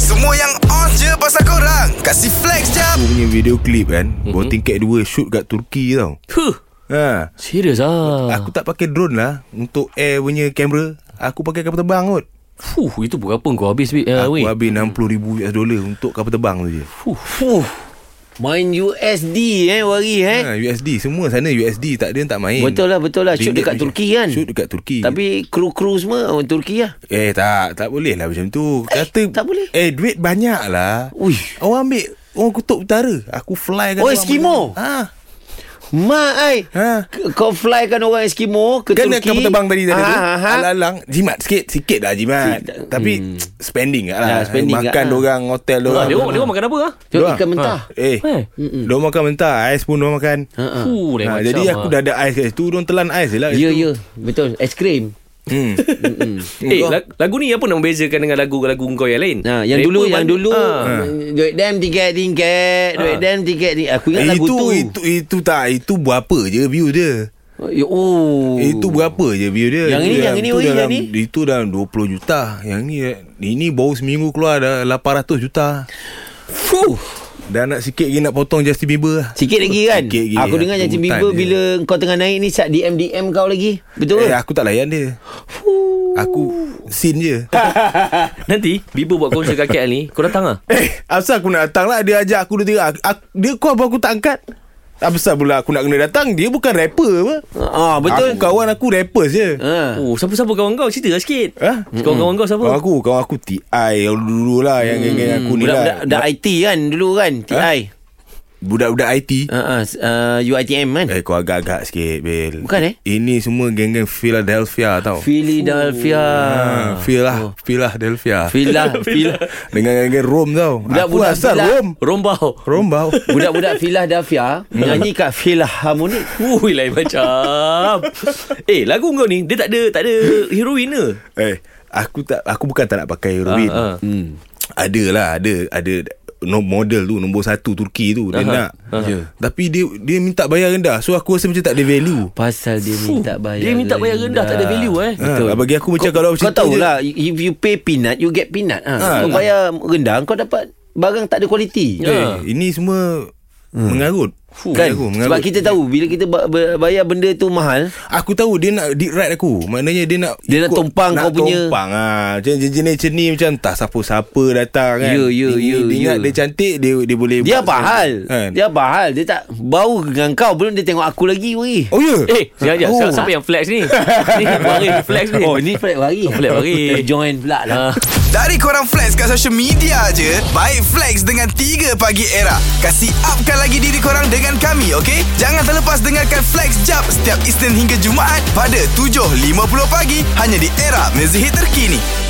Semua yang on je pasal korang Kasih flex jap Aku punya video clip kan mm-hmm. Mhm. Bawa tingkat 2 shoot kat Turki tau Huh, ha. serius ah. Aku tak pakai drone lah Untuk air punya kamera Aku pakai kapal terbang kot Fuh, itu berapa kau habis weh? Ya, Uh, Aku weh. habis $60,000 US dollar Untuk kapal terbang tu je Fuh. Ah, Fuh. Main USD eh Wari eh ha, USD Semua sana USD Tak ada yang tak main Betul lah betul lah Shoot Ringgit dekat tu je. Turki kan Shoot dekat Turki Tapi kru-kru semua orang Turki lah Eh tak Tak boleh lah macam tu Kata tak boleh. Eh duit banyak lah Ui. Orang ambil Orang kutub utara Aku fly kan Oh, orang Eskimo. beli. Ha Mak ai Ha. K- Kau flykan orang Eskimo ke Kan Turki Turki. kapal terbang tadi tadi ha, tu ha, ha. Alang-alang Jimat sikit Sikit lah jimat Si- Tapi Spending lah Hmm. Ya, spending Makan lah. dorang Hotel dorang Ah, dia orang dia orang makan apa ah? Tengok Doang. ikan mentah Eh Eh. Diorang makan mentah Ais pun diorang makan ha. ha. Fuh, lain ha, macam. Jadi aku ah. dah ada ais kat situ Diorang telan ais je lah kat Ya situ. ya Betul Aiskrim hmm. Eh, Kau- lag- lagu ni apa nak membezakan dengan lagu-lagu kau yang lain? Ha, yang Rapper dulu yang mana- dulu Ha. Ah. duit dam tiga tingkat, duit Ha. dam tiga tingkat. Aku Eh, ingat lagu itu, tu. itu itu tak Itu berapa je view dia Ya, Oh. Itu berapa je view dia Yang Itu ini, yang dalam- ini, itu Oi, yang dalam, ini. Itu dalam 20 juta Yang ni Ini baru seminggu keluar Dah 800 juta Fuh. Dah nak sikit lagi Nak potong Justin Bieber lah. Sikit lagi kan Sikit lagi. Aku dengar Justin Rebutan Bieber dia. Bila kau tengah naik ni Sat DM-DM kau lagi Betul Eh, ke? aku tak layan dia Aku Scene je Nanti Bibo buat konsert kat KL ni, kau datang ah. Eh Asal aku nak datang lah Dia ajak aku Dia tiga aku, aku, Dia call apa aku tak angkat Apasal pula aku nak kena datang Dia bukan rapper apa Betul Eh, Ah betul aku, Kawan aku rapper je Ha. Oh, siapa-siapa kawan kau? Cerita lah sikit. Ha? Kawan-kawan kau siapa? Kawan aku Kawan aku TI Yang dulu lah Yang geng-geng aku ni lah Budak-budak budak IT kan dulu kan TI Budak-budak IT ha? Ha, uh, UITM kan Eh kau agak-agak sikit Bil Bukan, eh? Ini semua geng-geng Philadelphia tau Philadelphia Ah, Phila Philadelphia Phila Phila Dengan geng-geng Rome tau Aku Budak-budak asal Phila- Rome Rombau. Rome bau Budak-budak Philadelphia Nyanyi kat Philharmonic Ui lain macam Eh lagu kau ni Dia tak ada Tak ada heroin ke Eh, aku tak aku bukan tak nak pakai heroin. Ah, ah. Hmm. Ada lah, ada ada no model tu nombor satu Turki tu dia Aha, nak. aha. Yeah. Tapi dia dia minta bayar rendah. So aku rasa macam tak ada value. Pasal dia Fuh, minta bayar Dia lah. minta bayar rendah Tak ada value eh Ha, bagi aku macam kalau macam Kau tu tahu je- lah If you pay peanut You get peanut ha. Ah, Kau lah. bayar rendah Kau dapat Barang tak ada kualiti Eh, Ha. ini semua hmm. mengarut. Fuh, Ah. Kan Sebab kita tahu Bila kita ba- ba- bayar benda tu mahal Aku tahu dia nak deep right aku Maknanya dia nak Dia nak tumpang nak kau punya. tumpang ha. Macam jenis-jenis ni Macam tak siapa-siapa datang kan Ya, ya, Ini ya, Dia ya. ingat dia cantik Dia dia boleh Dia buat apa hal kan? Dia apa hal Dia tak Bau dengan kau Belum dia tengok aku lagi weh. Oh ya Eh sekejap sekejap Oh. oh. Siapa yang flex ni Ni Baris flex ni Oh ni Fred Wari Fred Wari. Join pula lah Ah. Dari korang flex kat social media je Baik flex dengan 3 pagi era Kasih upkan lagi diri korang dengan kami okay? Jangan terlepas dengarkan flex jap Setiap Isnin hingga Jumaat Pada 7.50 pagi Hanya di era mezihit terkini